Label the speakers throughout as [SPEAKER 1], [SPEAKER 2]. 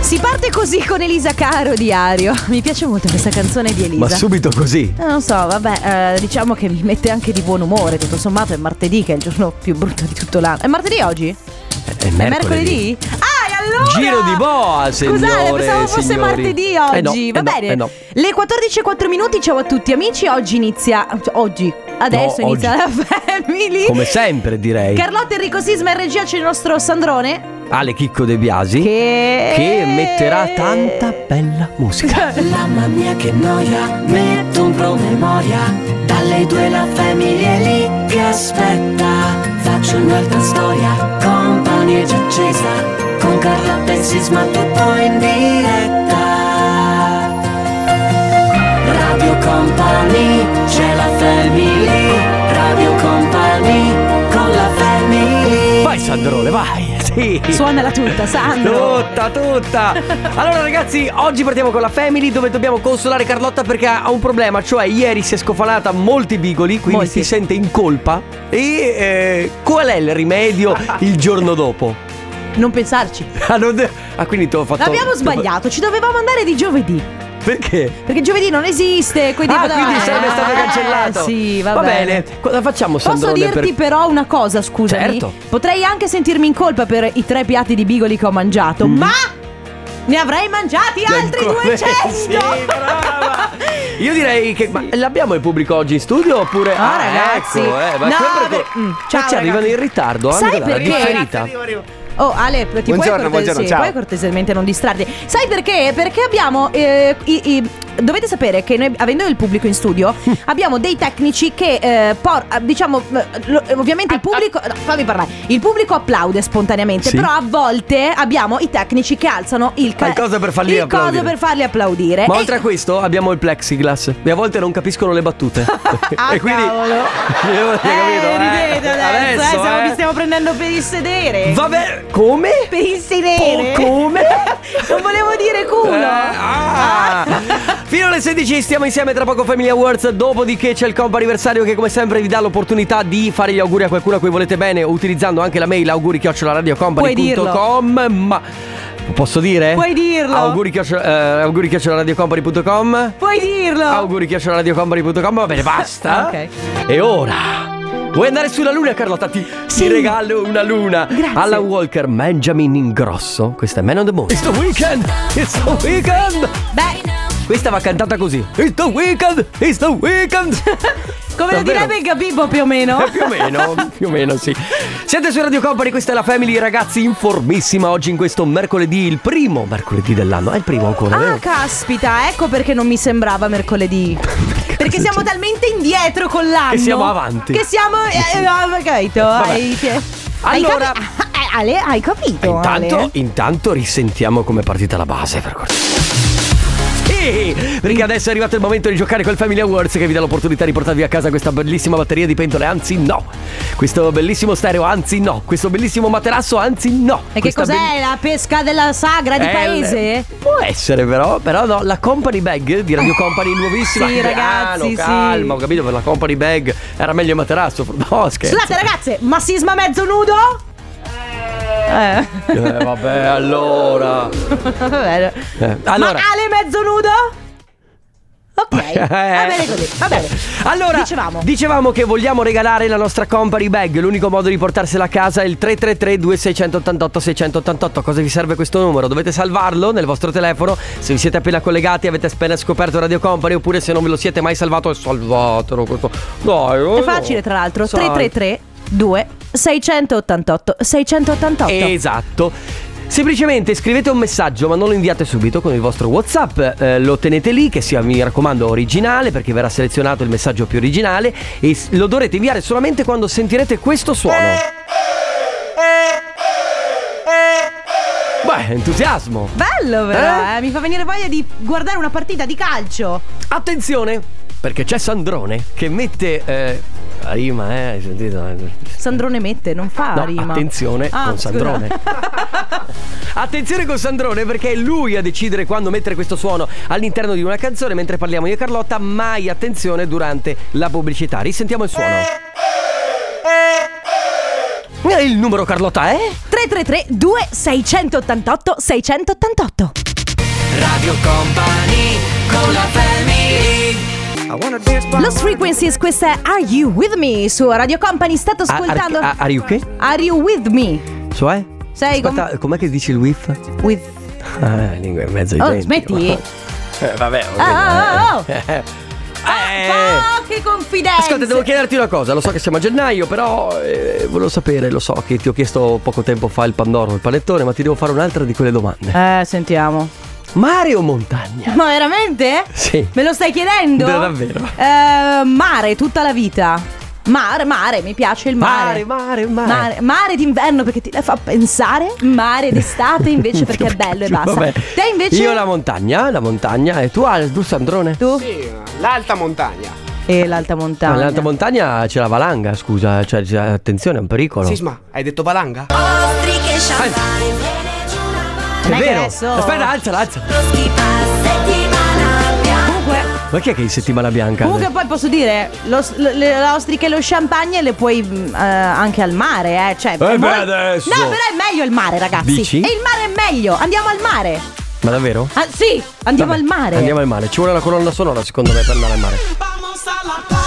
[SPEAKER 1] Si parte così con Elisa Caro Diario. Mi piace molto questa canzone di Elisa.
[SPEAKER 2] Ma subito così.
[SPEAKER 1] Eh, Non so, vabbè, eh, diciamo che mi mette anche di buon umore. Tutto sommato è martedì che è il giorno più brutto di tutto l'anno. È martedì oggi?
[SPEAKER 2] È
[SPEAKER 1] È mercoledì? Ah, e allora!
[SPEAKER 2] Giro di boa,
[SPEAKER 1] Scusate,
[SPEAKER 2] signore,
[SPEAKER 1] pensavo fosse
[SPEAKER 2] signori.
[SPEAKER 1] martedì
[SPEAKER 2] Eh no,
[SPEAKER 1] oggi.
[SPEAKER 2] eh
[SPEAKER 1] Va
[SPEAKER 2] no,
[SPEAKER 1] bene.
[SPEAKER 2] eh no.
[SPEAKER 1] Le 14.04 minuti, ciao a tutti amici. Oggi inizia. Oggi. Adesso
[SPEAKER 2] No,
[SPEAKER 1] inizia
[SPEAKER 2] oggi.
[SPEAKER 1] la family.
[SPEAKER 2] Come sempre direi.
[SPEAKER 1] Carlotta Enrico Sisma in regia c'è il nostro Sandrone.
[SPEAKER 2] Ale Chicco De Biasi.
[SPEAKER 1] Che.
[SPEAKER 2] che metterà tanta bella musica.
[SPEAKER 3] Mamma mia che noia, metto un promemoria Dalle due la famiglia è lì che aspetta Faccio un'altra storia, compagnia già accesa Con Carla Bensisma tutto in diretta Radio Company, c'è la family Radio Company, con la family
[SPEAKER 2] Vai Sandrone, vai. Sì.
[SPEAKER 1] Suonala tutta, Sandro.
[SPEAKER 2] Tutta, tutta. Allora ragazzi, oggi partiamo con la Family dove dobbiamo consolare Carlotta perché ha un problema, cioè ieri si è scofanata molti bigoli, quindi
[SPEAKER 1] Molti.
[SPEAKER 2] si sente in colpa. E eh, qual è il rimedio il giorno dopo?
[SPEAKER 1] Non pensarci.
[SPEAKER 2] Ah, non de- ah, quindi te l'ho fatto
[SPEAKER 1] L'abbiamo
[SPEAKER 2] te l'ho-
[SPEAKER 1] sbagliato, ci dovevamo andare di giovedì.
[SPEAKER 2] Perché?
[SPEAKER 1] Perché giovedì non esiste, quindi,
[SPEAKER 2] ah,
[SPEAKER 1] vado-
[SPEAKER 2] quindi
[SPEAKER 1] eh,
[SPEAKER 2] sarebbe stato
[SPEAKER 1] eh,
[SPEAKER 2] cancellato.
[SPEAKER 1] Sì, va,
[SPEAKER 2] bene. Cosa facciamo
[SPEAKER 1] Posso
[SPEAKER 2] Sandrone
[SPEAKER 1] dirti
[SPEAKER 2] per-
[SPEAKER 1] però una cosa, scusami.
[SPEAKER 2] Certo.
[SPEAKER 1] Potrei anche sentirmi in colpa per i tre piatti di bigoli che ho mangiato,
[SPEAKER 2] Mm.
[SPEAKER 1] ma ne avrei mangiati altri
[SPEAKER 2] Ancora-
[SPEAKER 1] 200.
[SPEAKER 2] Sì, brava. Io direi che ma l'abbiamo il pubblico oggi in studio oppure
[SPEAKER 1] Ah, ragazzi.
[SPEAKER 2] ecco, eh, ma
[SPEAKER 1] No,
[SPEAKER 2] sempre
[SPEAKER 1] per-
[SPEAKER 2] con-
[SPEAKER 1] Mm,
[SPEAKER 2] Ma
[SPEAKER 1] ciao,
[SPEAKER 2] ci arrivano
[SPEAKER 1] ragazzi.
[SPEAKER 2] in ritardo eh,
[SPEAKER 1] Sai
[SPEAKER 2] anche la
[SPEAKER 1] perché?
[SPEAKER 2] differita.
[SPEAKER 1] Oh Ale, ti puoi,
[SPEAKER 4] Buongiorno,
[SPEAKER 1] cortes-
[SPEAKER 4] buongiorno,
[SPEAKER 1] sì,
[SPEAKER 4] ciao.
[SPEAKER 1] puoi cortesemente non distrarti. Sai perché? Perché abbiamo. eh, i- i- dovete sapere che noi, avendo il pubblico in studio, abbiamo dei tecnici che, eh, por- eh, diciamo, eh, lo- eh, ovviamente il pubblico. no, fammi parlare. Il pubblico applaude spontaneamente,
[SPEAKER 2] Sì.
[SPEAKER 1] però a volte abbiamo i tecnici che alzano il ca-
[SPEAKER 2] Qualcosa per farli
[SPEAKER 1] il
[SPEAKER 2] applaudire.
[SPEAKER 1] coso per farli applaudire.
[SPEAKER 2] Ma
[SPEAKER 1] E-
[SPEAKER 2] oltre a questo abbiamo il plexiglass e a volte non capiscono le battute.
[SPEAKER 1] Ah,
[SPEAKER 2] e quindi
[SPEAKER 1] cavolo.
[SPEAKER 2] Io-
[SPEAKER 1] Eh,
[SPEAKER 2] capito, eh.
[SPEAKER 1] ridete adesso, eh,
[SPEAKER 2] Adesso,
[SPEAKER 1] stiamo-
[SPEAKER 2] eh.
[SPEAKER 1] vi stiamo prendendo per il sedere.
[SPEAKER 2] Vabbè, come?
[SPEAKER 1] per il sedere.
[SPEAKER 2] Oh, come?
[SPEAKER 1] non volevo dire culo.
[SPEAKER 2] Eh, ah. Fino alle 16 stiamo insieme tra poco Family Awards, dopodiché c'è il compo anniversario che come sempre vi dà l'opportunità di fare gli auguri a qualcuno a cui volete bene utilizzando anche la mail auguri ma posso dire?
[SPEAKER 1] Puoi dirlo.
[SPEAKER 2] Auguri chiocciola- eh, auguri radiocompany.com
[SPEAKER 1] Puoi dirlo.
[SPEAKER 2] Auguri radiocompany.com va bene basta.
[SPEAKER 1] Ok.
[SPEAKER 2] E ora Vuoi andare sulla luna Carlotta? Ti, ti
[SPEAKER 1] Sì.
[SPEAKER 2] regalo una luna
[SPEAKER 1] Grazie.
[SPEAKER 2] Alla Walker Benjamin Ingrosso Questa è Man on the Moon It's the weekend It's the weekend
[SPEAKER 1] Beh,
[SPEAKER 2] Questa va cantata così It's the weekend It's the weekend
[SPEAKER 1] come lo
[SPEAKER 2] Davvero?
[SPEAKER 1] direbbe Gabibbo più o meno.
[SPEAKER 2] Eh, Più o meno, più o meno sì Siete su Radio Company, questa è la Family Ragazzi informissima oggi in questo mercoledì Il primo mercoledì dell'anno È il primo ancora
[SPEAKER 1] Ah,
[SPEAKER 2] vero?
[SPEAKER 1] caspita, ecco perché non mi sembrava mercoledì. Perché siamo talmente indietro con l'anno.
[SPEAKER 2] Che siamo avanti.
[SPEAKER 1] Che siamo. eh, eh, ho capito.
[SPEAKER 2] Vabbè.
[SPEAKER 1] Hai, che-
[SPEAKER 2] Allora-
[SPEAKER 1] Hai capi- Ah, eh, Ale, hai capito?
[SPEAKER 2] Intanto,
[SPEAKER 1] Ale?
[SPEAKER 2] intanto risentiamo come è partita la base per cortesia. Sì, Perché adesso è arrivato il momento di giocare col Family Awards che vi dà l'opportunità di portarvi a casa questa bellissima batteria di pentole, anzi no. Questo bellissimo stereo, anzi no. Questo bellissimo materasso, anzi no.
[SPEAKER 1] E che
[SPEAKER 2] Questa
[SPEAKER 1] cos'è
[SPEAKER 2] bell-
[SPEAKER 1] la pesca della sagra di
[SPEAKER 2] Eh,
[SPEAKER 1] paese? Eh.
[SPEAKER 2] Può essere però, però no, la company bag di Radio Company nuovissima.
[SPEAKER 1] Sì,
[SPEAKER 2] Piano,
[SPEAKER 1] ragazzi, sì.
[SPEAKER 2] calma, ho capito per la company bag era meglio il materasso. No, scherzo.
[SPEAKER 1] Scusate ragazze, ma sisma mezzo nudo? Eh.
[SPEAKER 2] Eh, vabbè, allora.
[SPEAKER 1] Vabbè.
[SPEAKER 2] Eh, allora.
[SPEAKER 1] Ma Ale mezzo nudo? Ok,
[SPEAKER 2] Eh.
[SPEAKER 1] va bene così, va bene.
[SPEAKER 2] Allora,
[SPEAKER 1] Dicevamo.
[SPEAKER 2] che vogliamo regalare la nostra company bag. L'unico modo di portarsela a casa è il 333-2688-688. Cosa vi serve questo numero? Dovete salvarlo nel vostro telefono. Se vi siete appena collegati, avete appena scoperto Radio Company, oppure se non ve lo siete mai salvato, salvatelo. Questo. Dai, oh,
[SPEAKER 1] È facile, tra l'altro.
[SPEAKER 2] Sai.
[SPEAKER 1] 333 2 688 688.
[SPEAKER 2] Esatto. Semplicemente scrivete un messaggio, ma non lo inviate subito con il vostro WhatsApp. eh, lo tenete lì, che sia, mi raccomando, originale, perché verrà selezionato il messaggio più originale. E s- lo dovrete inviare solamente quando sentirete questo suono. Beh, entusiasmo.
[SPEAKER 1] Bello però,
[SPEAKER 2] Eh?
[SPEAKER 1] eh? mi fa venire voglia di guardare una partita di calcio.
[SPEAKER 2] Attenzione, perché c'è Sandrone che mette. eh, la rima, eh, hai sentito?
[SPEAKER 1] Sandrone mette, non fa
[SPEAKER 2] No,
[SPEAKER 1] rima.
[SPEAKER 2] attenzione
[SPEAKER 1] Ah,
[SPEAKER 2] con
[SPEAKER 1] scusa.
[SPEAKER 2] Sandrone. Attenzione con Sandrone perché è lui a decidere quando mettere questo suono all'interno di una canzone mentre parliamo io e Carlotta, mai attenzione durante la pubblicità. Risentiamo il suono. E Eh, Il numero Carlotta è?
[SPEAKER 1] 333 2688 688
[SPEAKER 2] Radio Company con la
[SPEAKER 1] Lost Frequencies, questa è Are You With Me su Radio Company. State
[SPEAKER 2] Ah,
[SPEAKER 1] ascoltando.
[SPEAKER 2] Are you okay?
[SPEAKER 1] Are You With Me?
[SPEAKER 2] Cioè?
[SPEAKER 1] Sei com-
[SPEAKER 2] Aspetta, com'è che dici il whiff?
[SPEAKER 1] With.
[SPEAKER 2] Ah, lingua in mezzo ai
[SPEAKER 1] Oh,
[SPEAKER 2] denti.
[SPEAKER 1] smetti.
[SPEAKER 2] Eh, vabbè.
[SPEAKER 1] Oh, oh, oh.
[SPEAKER 2] Eh.
[SPEAKER 1] Ah, che confidenza.
[SPEAKER 2] Ascolta, devo chiederti una cosa, lo so che siamo a gennaio, però eh, volevo sapere, lo so che ti ho chiesto poco tempo fa il pandoro, il panettone, ma ti devo fare un'altra di quelle domande.
[SPEAKER 1] Eh, sentiamo.
[SPEAKER 2] Mare o montagna?
[SPEAKER 1] Ma veramente?
[SPEAKER 2] Sì.
[SPEAKER 1] Me lo stai chiedendo?
[SPEAKER 2] Da- davvero.
[SPEAKER 1] Eh, mare tutta la vita. Mare, mare, mi piace il mare.
[SPEAKER 2] Mare, mare, mare.
[SPEAKER 1] Mare, mare d'inverno perché ti fa pensare, mare d'estate invece perché è bello e basta.
[SPEAKER 2] Cioè, Vabbè.
[SPEAKER 1] Te invece
[SPEAKER 2] Io la montagna, la montagna, e tu al tu Sandrone?
[SPEAKER 1] tu
[SPEAKER 4] Sì, l'alta montagna.
[SPEAKER 1] e l'alta
[SPEAKER 2] Ah,
[SPEAKER 1] montagna.
[SPEAKER 2] Nell'alta montagna c'è la valanga, scusa, cioè c'è- attenzione, è un pericolo.
[SPEAKER 4] Sisma, hai detto valanga?
[SPEAKER 2] è
[SPEAKER 1] non è che
[SPEAKER 2] vero.
[SPEAKER 1] adesso-
[SPEAKER 2] Aspetta, alzala, alzala.
[SPEAKER 1] Comunque
[SPEAKER 2] Ma chi è che è in settimana bianca?
[SPEAKER 1] Comunque poi posso dire, lo, lo- le ostriche e lo champagne le puoi mh, eh, anche al mare, eh. Cioè,
[SPEAKER 2] beh,
[SPEAKER 1] è mol-
[SPEAKER 2] adesso.
[SPEAKER 1] No, però è meglio il mare, ragazzi.
[SPEAKER 2] Dici?
[SPEAKER 1] E il mare è meglio. Andiamo al mare.
[SPEAKER 2] Ma davvero?
[SPEAKER 1] Ah, sì, andiamo
[SPEAKER 2] Vabbè,
[SPEAKER 1] al mare.
[SPEAKER 2] Andiamo al mare. Ci vuole la colonna sonora, secondo me, per andare al mare.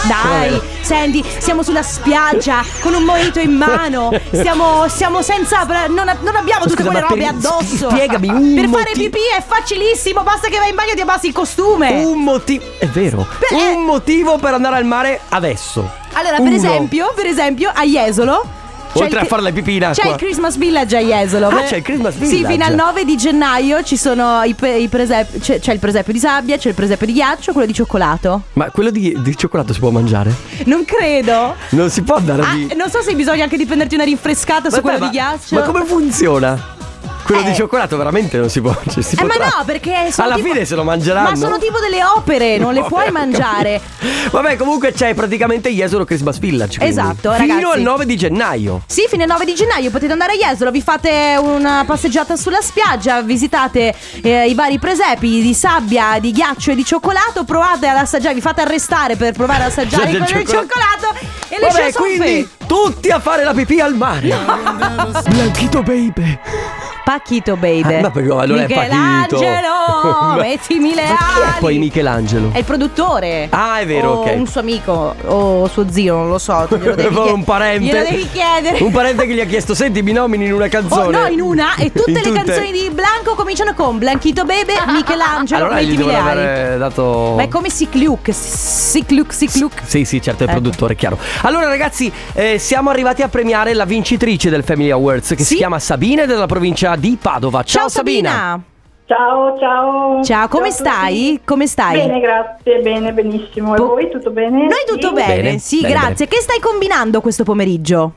[SPEAKER 1] Dai,
[SPEAKER 2] Vabbè.
[SPEAKER 1] senti, siamo sulla spiaggia con un mojito in mano. Siamo, siamo senza. Non, non abbiamo tutte
[SPEAKER 2] Scusa,
[SPEAKER 1] quelle
[SPEAKER 2] ma
[SPEAKER 1] robe
[SPEAKER 2] per-
[SPEAKER 1] addosso.
[SPEAKER 2] spiegami un
[SPEAKER 1] Per fare
[SPEAKER 2] motivo.
[SPEAKER 1] pipì è facilissimo. Basta che vai in bagno e ti abbassi il costume.
[SPEAKER 2] Un motivo. È vero.
[SPEAKER 1] Eh. Beh, eh.
[SPEAKER 2] un motivo per andare al mare adesso.
[SPEAKER 1] Allora, per
[SPEAKER 2] Uno.
[SPEAKER 1] esempio, per esempio, a Jesolo. c'è
[SPEAKER 2] Oltre
[SPEAKER 1] il
[SPEAKER 2] a
[SPEAKER 1] cri-
[SPEAKER 2] fare le pipì in acqua.
[SPEAKER 1] C'è il Christmas Village a Jesolo.
[SPEAKER 2] Ah,
[SPEAKER 1] Beh,
[SPEAKER 2] c'è il Christmas
[SPEAKER 1] Sì,
[SPEAKER 2] Village.
[SPEAKER 1] fino al 9 di gennaio ci sono i, pe- i presepi. C'è, c'è il presepio di sabbia, c'è il presepio di ghiaccio, quello di cioccolato.
[SPEAKER 2] Ma quello di, di cioccolato si può mangiare?
[SPEAKER 1] Non credo.
[SPEAKER 2] Non si può andare
[SPEAKER 1] Ah,
[SPEAKER 2] di.
[SPEAKER 1] non so se bisogna anche di prenderti una rinfrescata su
[SPEAKER 2] Vabbè,
[SPEAKER 1] quello
[SPEAKER 2] ma-
[SPEAKER 1] di ghiaccio.
[SPEAKER 2] Ma come funziona? Quello
[SPEAKER 1] Eh.
[SPEAKER 2] di cioccolato veramente non si può. Cioè, si
[SPEAKER 1] Eh, ma
[SPEAKER 2] potrà.
[SPEAKER 1] no, perché sono
[SPEAKER 2] Alla
[SPEAKER 1] tipo-
[SPEAKER 2] fine se lo mangeranno.
[SPEAKER 1] Ma sono tipo delle opere, non le
[SPEAKER 2] Vabbè,
[SPEAKER 1] puoi
[SPEAKER 2] ho
[SPEAKER 1] mangiare.
[SPEAKER 2] capito. Vabbè, comunque c'è praticamente Jesolo Christmas Village. quindi.
[SPEAKER 1] Esatto,
[SPEAKER 2] Fino
[SPEAKER 1] ragazzi.
[SPEAKER 2] al 9 di gennaio.
[SPEAKER 1] Sì, fino al 9 di gennaio potete andare a Jesolo, vi fate una passeggiata sulla spiaggia, visitate eh, i vari presepi di sabbia, di ghiaccio e di cioccolato, provate ad assaggiare, vi fate arrestare per provare ad assaggiare
[SPEAKER 2] Assaggia
[SPEAKER 1] quello
[SPEAKER 2] il
[SPEAKER 1] del
[SPEAKER 2] cioccolato.
[SPEAKER 1] cioccolato e le
[SPEAKER 2] Vabbè,
[SPEAKER 1] sue sono
[SPEAKER 2] quindi
[SPEAKER 1] fe-
[SPEAKER 2] tutti a fare la pipì al mare. Blanchito baby.
[SPEAKER 1] Pacchito baby.
[SPEAKER 2] Ah, ma perché- allora è Pachito.
[SPEAKER 1] Michelangelo,
[SPEAKER 2] Ma-
[SPEAKER 1] mettimi le
[SPEAKER 2] Ma chi è
[SPEAKER 1] ali. Eh,
[SPEAKER 2] poi Michelangelo?
[SPEAKER 1] È il produttore.
[SPEAKER 2] Ah, è vero,
[SPEAKER 1] O
[SPEAKER 2] ok.
[SPEAKER 1] Un suo amico o suo zio, non lo so. tu glielo devi chied-
[SPEAKER 2] un parente.
[SPEAKER 1] Glielo devi chiedere.
[SPEAKER 2] Un parente che gli ha chiesto: Senti, mi nomini in una
[SPEAKER 1] Oh
[SPEAKER 2] canzone.
[SPEAKER 1] no, in una e tutte
[SPEAKER 2] In
[SPEAKER 1] le canzoni di Blanco cominciano con Blanchito Bebe, Michelangelo,
[SPEAKER 2] Allora gli
[SPEAKER 1] mettimi le
[SPEAKER 2] devono
[SPEAKER 1] ali.
[SPEAKER 2] aver dato.
[SPEAKER 1] Ma è come Sicluc, Sicluc, Sicluc.
[SPEAKER 2] Sì, sì, certo, è il
[SPEAKER 1] Ecco.
[SPEAKER 2] produttore, chiaro. Allora, ragazzi, eh, siamo arrivati a premiare la vincitrice del Family Awards che
[SPEAKER 1] Sì.
[SPEAKER 2] si chiama Sabina della provincia di Padova. Ciao,
[SPEAKER 5] Ciao, ciao.
[SPEAKER 1] Ciao, come
[SPEAKER 5] a tutti.
[SPEAKER 1] stai? Come stai?
[SPEAKER 5] Bene, grazie, bene, benissimo. E
[SPEAKER 1] Tu-
[SPEAKER 5] voi tutto bene?
[SPEAKER 1] Noi tutto
[SPEAKER 5] Sì,
[SPEAKER 1] bene,
[SPEAKER 2] Bene,
[SPEAKER 1] sì,
[SPEAKER 2] bene,
[SPEAKER 1] grazie. Che stai combinando questo pomeriggio?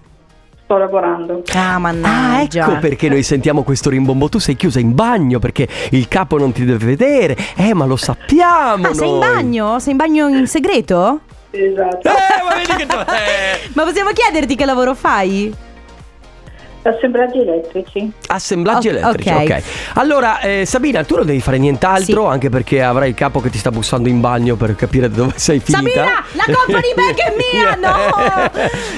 [SPEAKER 5] Sto lavorando.
[SPEAKER 1] Ah,
[SPEAKER 2] Ah,
[SPEAKER 1] mannaggia.
[SPEAKER 2] ecco perché noi sentiamo questo rimbombo. Tu sei chiusa in bagno perché il capo non ti deve vedere. Eh, ma lo sappiamo.
[SPEAKER 1] Ah, sei in
[SPEAKER 2] noi.
[SPEAKER 1] bagno? Sei in bagno in segreto?
[SPEAKER 5] Esatto.
[SPEAKER 2] Eh, ma vedi che tu. eh.
[SPEAKER 1] Ma possiamo chiederti che lavoro fai?
[SPEAKER 5] Assemblaggi elettrici.
[SPEAKER 2] Assemblaggi
[SPEAKER 1] Ok,
[SPEAKER 2] elettrici,
[SPEAKER 1] ok.
[SPEAKER 2] ok. Allora, eh, Sabina, tu non devi fare nient'altro, anche perché avrai il capo che ti sta bussando in bagno per capire dove sei finita.
[SPEAKER 1] Sabina, la company bag è mia, no!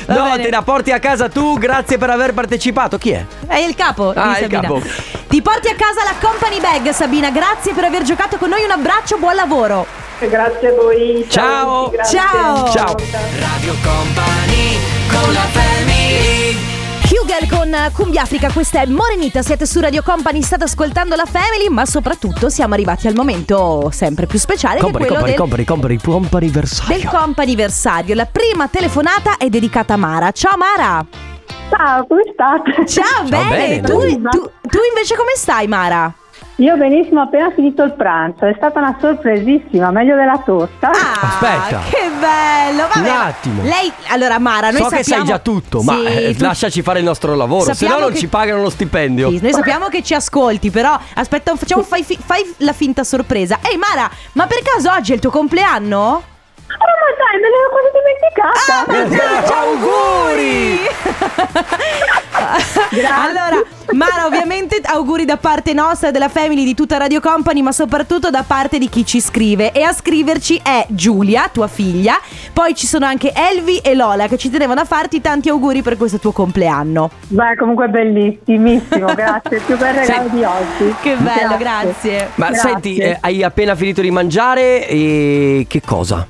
[SPEAKER 1] Va
[SPEAKER 2] no,
[SPEAKER 1] bene.
[SPEAKER 2] te la porti a casa tu, grazie per aver partecipato. Chi è?
[SPEAKER 1] È il capo di
[SPEAKER 2] Ah, è il
[SPEAKER 1] Sabina.
[SPEAKER 2] capo.
[SPEAKER 1] Ti porti a casa la company bag, Sabina. Grazie per aver giocato con noi. Un abbraccio, buon lavoro.
[SPEAKER 5] E Grazie a voi.
[SPEAKER 2] Ciao.
[SPEAKER 5] a tutti, grazie.
[SPEAKER 1] Ciao.
[SPEAKER 2] Ciao.
[SPEAKER 1] Hugel con Cumbia Africa, questa è Morenita, siete su Radio Company, state ascoltando la Family, ma soprattutto siamo arrivati al momento sempre più speciale
[SPEAKER 2] Compari,
[SPEAKER 1] che è quello
[SPEAKER 2] compari,
[SPEAKER 1] del,
[SPEAKER 2] compari, compari, compari, versaglio.
[SPEAKER 1] del companiversario. La prima telefonata è dedicata a Mara. Ciao Mara!
[SPEAKER 6] Ciao, come state?
[SPEAKER 1] Ciao,
[SPEAKER 2] bene,
[SPEAKER 1] Tu,
[SPEAKER 6] tu?
[SPEAKER 1] tu- tu invece come stai Mara?
[SPEAKER 6] Io benissimo, ho appena finito il pranzo, è stata una sorpresissima, meglio della torta.
[SPEAKER 1] Ah,
[SPEAKER 2] Aspetta.
[SPEAKER 1] Che bello! Vabbè,
[SPEAKER 2] Un attimo.
[SPEAKER 1] Lei, allora Mara, noi
[SPEAKER 2] so
[SPEAKER 1] sappiamo...
[SPEAKER 2] che sai già tutto, ma
[SPEAKER 1] Sì,
[SPEAKER 2] eh,
[SPEAKER 1] tu-
[SPEAKER 2] lasciaci fare il nostro lavoro, se no
[SPEAKER 1] Sappiamo
[SPEAKER 2] non
[SPEAKER 1] che-
[SPEAKER 2] ci pagano lo stipendio.
[SPEAKER 1] Sì, noi sappiamo che ci ascolti, però aspetta, facciamo fai, fi- fai la finta sorpresa. Ehi Mara, ma per caso oggi è il tuo compleanno? Ah,
[SPEAKER 6] Oh, ma me l'ero quasi dimenticata.
[SPEAKER 2] Auguri!
[SPEAKER 1] allora, Mara, ovviamente auguri da parte nostra, della family, di tutta Radio Company, ma soprattutto da parte di chi ci scrive. E a scriverci è Giulia, tua figlia. Poi ci sono anche Elvi e Lola che ci tenevano a farti tanti auguri per questo tuo compleanno.
[SPEAKER 6] Beh, comunque bellissimissimo, grazie. Il più bel regalo
[SPEAKER 1] Sì.
[SPEAKER 6] di oggi.
[SPEAKER 1] Che bello, grazie.
[SPEAKER 2] Ma
[SPEAKER 6] Grazie.
[SPEAKER 2] senti, eh, hai appena finito di mangiare e che cosa?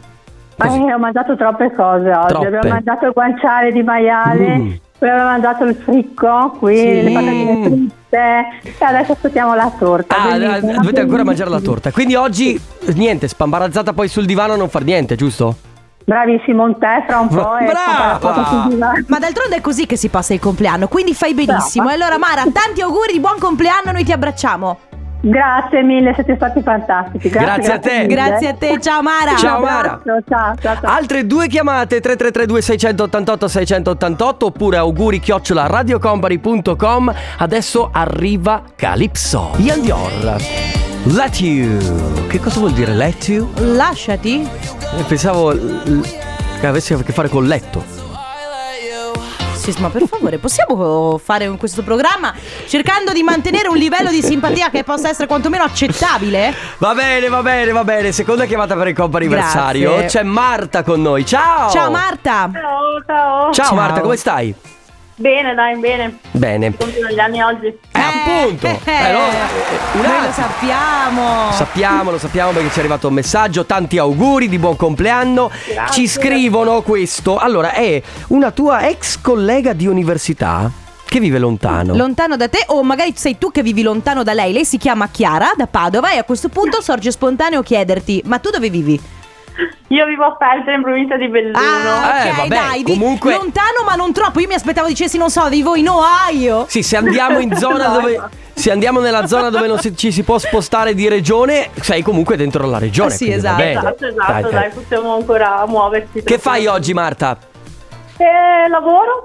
[SPEAKER 6] Ma
[SPEAKER 2] Così.
[SPEAKER 6] eh, ho mangiato troppe cose oggi.
[SPEAKER 2] Troppe.
[SPEAKER 6] Abbiamo mangiato il guanciale di maiale,
[SPEAKER 2] Mm.
[SPEAKER 6] poi abbiamo mangiato il fricco qui,
[SPEAKER 1] Sì.
[SPEAKER 6] le patatine fritte. E adesso aspettiamo la torta.
[SPEAKER 2] Ah,
[SPEAKER 6] bellissima,
[SPEAKER 2] no, dovete ancora mangiare la
[SPEAKER 6] bellissima.
[SPEAKER 2] torta. Quindi oggi niente, spambarazzata poi sul divano a non far niente, giusto?
[SPEAKER 6] Bravissimo, un tè fra un po' e
[SPEAKER 2] Brava!
[SPEAKER 6] fa la foto sul divano.
[SPEAKER 1] Ma d'altronde è così che si passa il compleanno, quindi fai benissimo.
[SPEAKER 6] Brava.
[SPEAKER 1] E allora Mara, tanti auguri di buon compleanno, noi ti abbracciamo.
[SPEAKER 6] Grazie mille, siete stati fantastici.
[SPEAKER 2] Eh,
[SPEAKER 6] Grazie,
[SPEAKER 2] Grazie a te.
[SPEAKER 6] mille.
[SPEAKER 1] Grazie a te, ciao Mara.
[SPEAKER 2] Ciao,
[SPEAKER 6] Un
[SPEAKER 2] Mara.
[SPEAKER 6] abbraccio, Ciao, ciao, ciao.
[SPEAKER 2] Altre due chiamate 3332 688 688 oppure auguri chiocciola radiocompany.com. Adesso arriva Calypso. Ian Dior. Let you. Che cosa vuol dire let you?
[SPEAKER 1] Lasciati.
[SPEAKER 2] Eh, Pensavo l- che avesse a che fare con letto.
[SPEAKER 1] Sì, ma per favore, possiamo fare un- questo programma cercando di mantenere un livello di simpatia che possa essere quantomeno accettabile?
[SPEAKER 2] Va bene, va bene, va bene. Seconda chiamata per il compo anniversario.
[SPEAKER 1] Grazie.
[SPEAKER 2] C'è Marta con noi. Ciao!
[SPEAKER 1] Ciao Marta.
[SPEAKER 5] Ciao, ciao.
[SPEAKER 2] Ciao,
[SPEAKER 1] Ciao.
[SPEAKER 2] Marta, come stai?
[SPEAKER 5] Bene, dai, bene.
[SPEAKER 2] Bene.
[SPEAKER 5] Compiono gli anni oggi.
[SPEAKER 2] Eh, appunto.
[SPEAKER 1] eh,
[SPEAKER 2] Eh, no, un
[SPEAKER 1] Noi
[SPEAKER 2] attimo.
[SPEAKER 1] lo sappiamo.
[SPEAKER 2] Sappiamo, lo sappiamo perché ci è arrivato un messaggio. Tanti auguri di buon compleanno. Ci scrivono questo. Allora, è una tua ex collega di università che vive lontano.
[SPEAKER 1] Lontano da te o magari sei tu che vivi lontano da lei. Lei si chiama Chiara da Padova e a questo punto sorge spontaneo chiederti "Ma tu dove vivi?"
[SPEAKER 5] Io vivo a Feltre in provincia di Belluno.
[SPEAKER 1] Ah,
[SPEAKER 2] Eh,
[SPEAKER 1] ok,
[SPEAKER 2] vabbè,
[SPEAKER 1] dai, di-
[SPEAKER 2] comunque-
[SPEAKER 1] lontano ma non troppo. Io mi aspettavo dicessi non so, vivo in Ohio.
[SPEAKER 2] sì, se andiamo in zona
[SPEAKER 5] No,
[SPEAKER 2] dove.
[SPEAKER 5] no.
[SPEAKER 2] Se andiamo nella zona dove non si- ci si può spostare di regione, sei comunque dentro la regione.
[SPEAKER 1] Ah, sì,
[SPEAKER 2] quindi va
[SPEAKER 1] esatto.
[SPEAKER 2] bene.
[SPEAKER 5] Esatto, esatto,
[SPEAKER 2] Dai,
[SPEAKER 5] dai,
[SPEAKER 2] dai.
[SPEAKER 5] possiamo ancora muoverci.
[SPEAKER 2] Che fai oggi, Marta?
[SPEAKER 5] Eh, lavoro.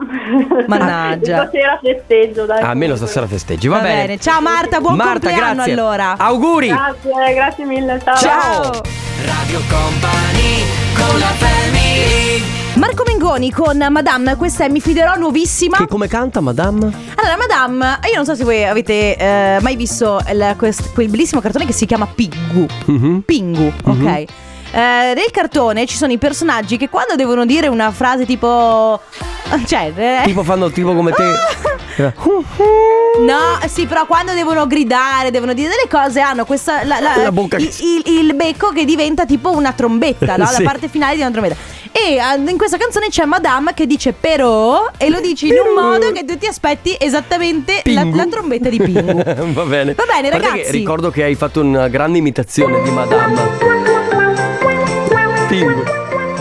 [SPEAKER 1] Mannaggia.
[SPEAKER 5] Stasera festeggio, dai.
[SPEAKER 2] Ah, Almeno stasera festeggi, va,
[SPEAKER 1] bene. Ciao Marta, buon
[SPEAKER 2] Marta,
[SPEAKER 1] compleanno
[SPEAKER 2] grazie.
[SPEAKER 1] allora.
[SPEAKER 2] Auguri.
[SPEAKER 5] Grazie, grazie mille. Ciao.
[SPEAKER 2] Ciao. Radio Company con la
[SPEAKER 1] Marco Mengoni con Madame, questa è Mi fiderò nuovissima.
[SPEAKER 2] Che come canta, madame?
[SPEAKER 1] Allora, Madame, io non so se voi avete eh, mai visto il- quest- quel bellissimo cartone che si chiama Pingu.
[SPEAKER 2] Mhm.
[SPEAKER 1] Pingu,
[SPEAKER 2] Mhm.
[SPEAKER 1] ok. Eh, nel cartone ci sono i personaggi che quando devono dire una frase tipo. Cioè. eh, Ah. Uh-huh.
[SPEAKER 2] Tipo fanno tipo come te. Eh.
[SPEAKER 1] No, sì, però quando devono gridare, devono dire delle cose, hanno questa. La,
[SPEAKER 2] La bocca che
[SPEAKER 1] il, il- il becco che diventa tipo una trombetta, no?
[SPEAKER 2] Sì.
[SPEAKER 1] La parte finale di una trombetta. E ah, in questa canzone c'è Madame che dice però e lo dici in un
[SPEAKER 2] Però.
[SPEAKER 1] modo che tu ti aspetti esattamente la,
[SPEAKER 2] Pingu.
[SPEAKER 1] la trombetta di Pingu.
[SPEAKER 2] Va bene.
[SPEAKER 1] Va bene,
[SPEAKER 2] A parte
[SPEAKER 1] ragazzi.
[SPEAKER 2] Che ricordo che hai fatto una grande imitazione di Madame. Pingu.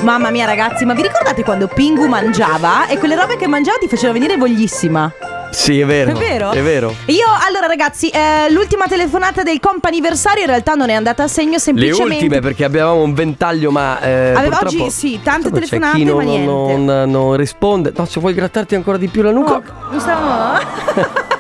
[SPEAKER 1] Mamma mia, ragazzi, ma vi ricordate quando Pingu mangiava e quelle robe che mangiava ti faceva venire voglissima?
[SPEAKER 2] Sì, è vero.
[SPEAKER 1] È vero?
[SPEAKER 2] È vero.
[SPEAKER 1] Io, allora, ragazzi, eh, l'ultima telefonata del comp'anniversario in realtà non è andata a segno
[SPEAKER 2] Le
[SPEAKER 1] semplicemente.
[SPEAKER 2] ultime perché avevamo un ventaglio ma eh,
[SPEAKER 1] Aveva-
[SPEAKER 2] purtroppo-
[SPEAKER 1] oggi sì, tante
[SPEAKER 2] Insomma, c'è
[SPEAKER 1] telefonate,
[SPEAKER 2] chi non,
[SPEAKER 1] ma niente.
[SPEAKER 2] non- non- non risponde No se vuoi grattarti ancora di più la nuca
[SPEAKER 1] No, non stavo-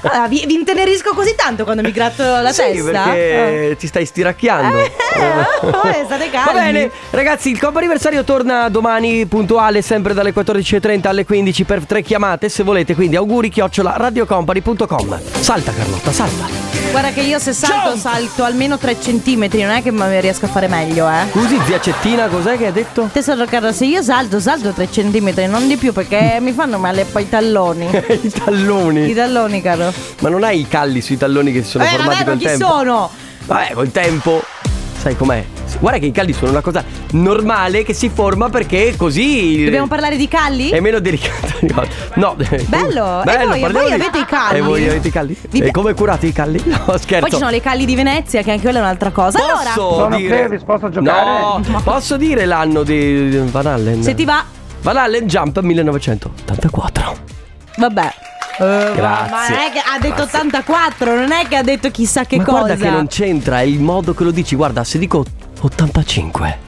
[SPEAKER 1] Allora, vi, vi intenerisco così tanto quando mi gratto la
[SPEAKER 2] sì,
[SPEAKER 1] testa? Ah.
[SPEAKER 2] perché ti stai stiracchiando.
[SPEAKER 1] Eh, eh, state calmi.
[SPEAKER 2] Va bene, ragazzi, il compo anniversario torna domani puntuale, sempre dalle 14.30 alle 15 per tre chiamate, se volete, quindi auguri chiocciola radiocompany.com. Salta Carlotta, salta.
[SPEAKER 1] Ah, Guarda che io se salto
[SPEAKER 2] Ciao.
[SPEAKER 1] salto almeno 3 centimetri, non è che ma- riesco a fare meglio, eh.
[SPEAKER 2] Scusi, zia Cettina, cos'è che hai detto?
[SPEAKER 1] Tesoro Carlo, se io salto, salto 3 centimetri, non di più perché mi fanno male poi i talloni.
[SPEAKER 2] I talloni.
[SPEAKER 1] I talloni, caro.
[SPEAKER 2] Ma non hai i calli sui talloni che si sono
[SPEAKER 1] eh,
[SPEAKER 2] formati
[SPEAKER 1] vabbè, ma
[SPEAKER 2] col
[SPEAKER 1] chi
[SPEAKER 2] tempo?
[SPEAKER 1] sono?
[SPEAKER 2] Vabbè, col tempo. Sai com'è? Guarda che i calli sono una cosa normale che si forma perché così il-
[SPEAKER 1] Dobbiamo parlare di calli?
[SPEAKER 2] È meno delicato. No. eh,
[SPEAKER 1] Bello, e voi-
[SPEAKER 2] parliamo
[SPEAKER 1] voi avete i calli?
[SPEAKER 2] E voi avete i calli?
[SPEAKER 1] Vi
[SPEAKER 2] E
[SPEAKER 1] pi-
[SPEAKER 2] come curate i calli? No, scherzo.
[SPEAKER 1] Poi ci sono le calli di Venezia, che anche quella è un'altra cosa. Allora,
[SPEAKER 2] certo. Posso
[SPEAKER 7] Sono
[SPEAKER 2] dire...
[SPEAKER 7] Clevis, posso giocare?
[SPEAKER 2] No, posso dire l'anno di Van Allen?
[SPEAKER 1] se ti va,
[SPEAKER 2] Van Allen Jump 1984.
[SPEAKER 1] vabbè. Eh, Ma
[SPEAKER 2] Grazie.
[SPEAKER 1] non è che ha detto
[SPEAKER 2] Grazie.
[SPEAKER 1] 84, non è che ha detto chissà che
[SPEAKER 2] Ma
[SPEAKER 1] cosa.
[SPEAKER 2] guarda che non c'entra, è il modo che lo dici. Guarda, se dico 85.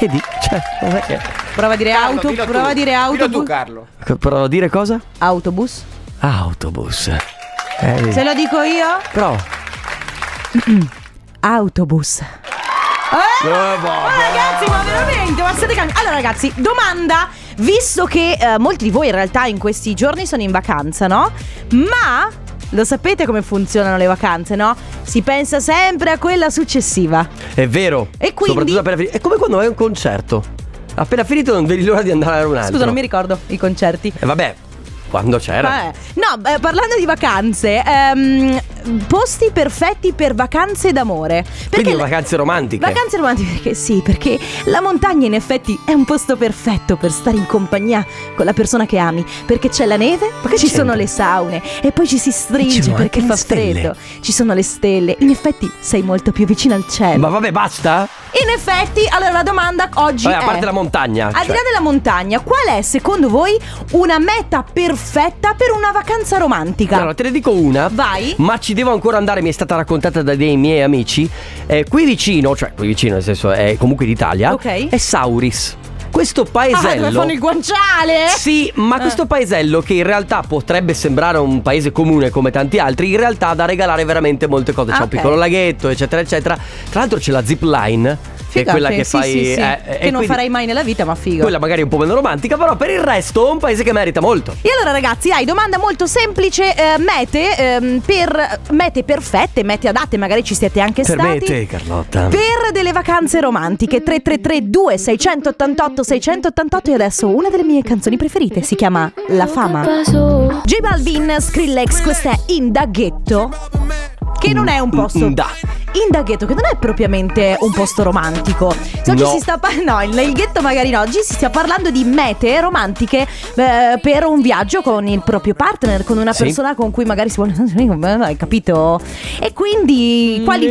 [SPEAKER 2] Vedi? Cioè, non è che-
[SPEAKER 1] Prova a dire
[SPEAKER 4] Carlo,
[SPEAKER 1] auto,
[SPEAKER 4] dillo tu.
[SPEAKER 1] prova a dire
[SPEAKER 4] Dillo tu,
[SPEAKER 1] autobus.
[SPEAKER 4] Carlo.
[SPEAKER 2] Però dire cosa?
[SPEAKER 1] autobus.
[SPEAKER 2] Autobus. Eh, vedi.
[SPEAKER 1] Se lo dico io,
[SPEAKER 2] Però
[SPEAKER 1] autobus. Eh?
[SPEAKER 2] Eh, vabbè.
[SPEAKER 1] Ma ragazzi, ma veramente, ma siete cambiati. Allora, ragazzi, domanda. Visto che eh, molti di voi in realtà in questi giorni sono in vacanza, no? Ma lo sapete come funzionano le vacanze, no? Si pensa sempre a quella successiva.
[SPEAKER 2] È vero.
[SPEAKER 1] E quindi-
[SPEAKER 2] Soprattutto appena finito. È come quando vai a un concerto. Appena finito non vedi l'ora di andare a un altro.
[SPEAKER 1] Scusa, non mi ricordo i concerti.
[SPEAKER 2] Eh, vabbè, quando c'era.
[SPEAKER 1] Vabbè. No, eh, parlando di vacanze, ehm, posti perfetti per vacanze d'amore.
[SPEAKER 2] Quindi
[SPEAKER 1] le-
[SPEAKER 2] vacanze romantiche.
[SPEAKER 1] Vacanze romantiche, perché sì, perché la montagna in effetti è un posto perfetto per stare in compagnia con la persona che ami, perché c'è la neve, ci
[SPEAKER 2] c'entra?
[SPEAKER 1] sono le saune e poi ci si
[SPEAKER 2] Ci
[SPEAKER 1] stringe
[SPEAKER 2] sono
[SPEAKER 1] perché
[SPEAKER 2] anche le
[SPEAKER 1] fa
[SPEAKER 2] stelle.
[SPEAKER 1] freddo, ci sono le stelle, in effetti sei molto più vicino al cielo.
[SPEAKER 2] Ma vabbè, basta?
[SPEAKER 1] In effetti, allora la domanda oggi
[SPEAKER 2] Vabbè, a
[SPEAKER 1] è
[SPEAKER 2] parte la montagna.
[SPEAKER 1] Al di
[SPEAKER 2] cioè.
[SPEAKER 1] là della montagna, qual è secondo voi una meta perfetta per una vacanza romantica?
[SPEAKER 2] Allora, te ne dico una.
[SPEAKER 1] Vai.
[SPEAKER 2] Ma ci devo ancora andare, mi è stata raccontata da dei miei amici. Eh, qui vicino, cioè qui vicino, nel senso è comunque d'Italia.
[SPEAKER 1] Ok.
[SPEAKER 2] È Sauris. Questo
[SPEAKER 1] Ah,
[SPEAKER 2] paesello.
[SPEAKER 1] dove fanno il guanciale?
[SPEAKER 2] Sì, ma
[SPEAKER 1] Eh.
[SPEAKER 2] questo paesello che in realtà potrebbe sembrare un paese comune come tanti altri, in realtà ha da regalare veramente molte cose. C'è
[SPEAKER 1] Ah,
[SPEAKER 2] un
[SPEAKER 1] ok.
[SPEAKER 2] piccolo laghetto, eccetera, eccetera. Tra l'altro c'è la zip line, che è
[SPEAKER 1] Figa,
[SPEAKER 2] quella che
[SPEAKER 1] sì,
[SPEAKER 2] fai...
[SPEAKER 1] sì, sì, che
[SPEAKER 2] eh, eh,
[SPEAKER 1] non
[SPEAKER 2] quindi
[SPEAKER 1] farei mai nella vita, ma figo.
[SPEAKER 2] Quella magari è un po' meno romantica, però per il resto è un paese che merita molto.
[SPEAKER 1] E allora ragazzi, hai domanda molto semplice, eh, mete, ehm, per, mete perfette, mete adatte, magari ci siete anche stati.
[SPEAKER 2] Carlotta.
[SPEAKER 1] Per delle vacanze romantiche 333 2688 688 e adesso una delle mie canzoni preferite si chiama La Fama. J Balvin, Skrillex, questa è Indaghetto che non è un posto
[SPEAKER 2] Mm, Da.
[SPEAKER 1] Indaghetto che non è propriamente un posto romantico. Se oggi
[SPEAKER 2] No.
[SPEAKER 1] si sta par- no, il, il ghetto magari no, oggi si sta parlando di mete romantiche eh, per un viaggio con il proprio partner, con una
[SPEAKER 2] Sì.
[SPEAKER 1] persona con cui magari si vuole hai capito? E quindi quali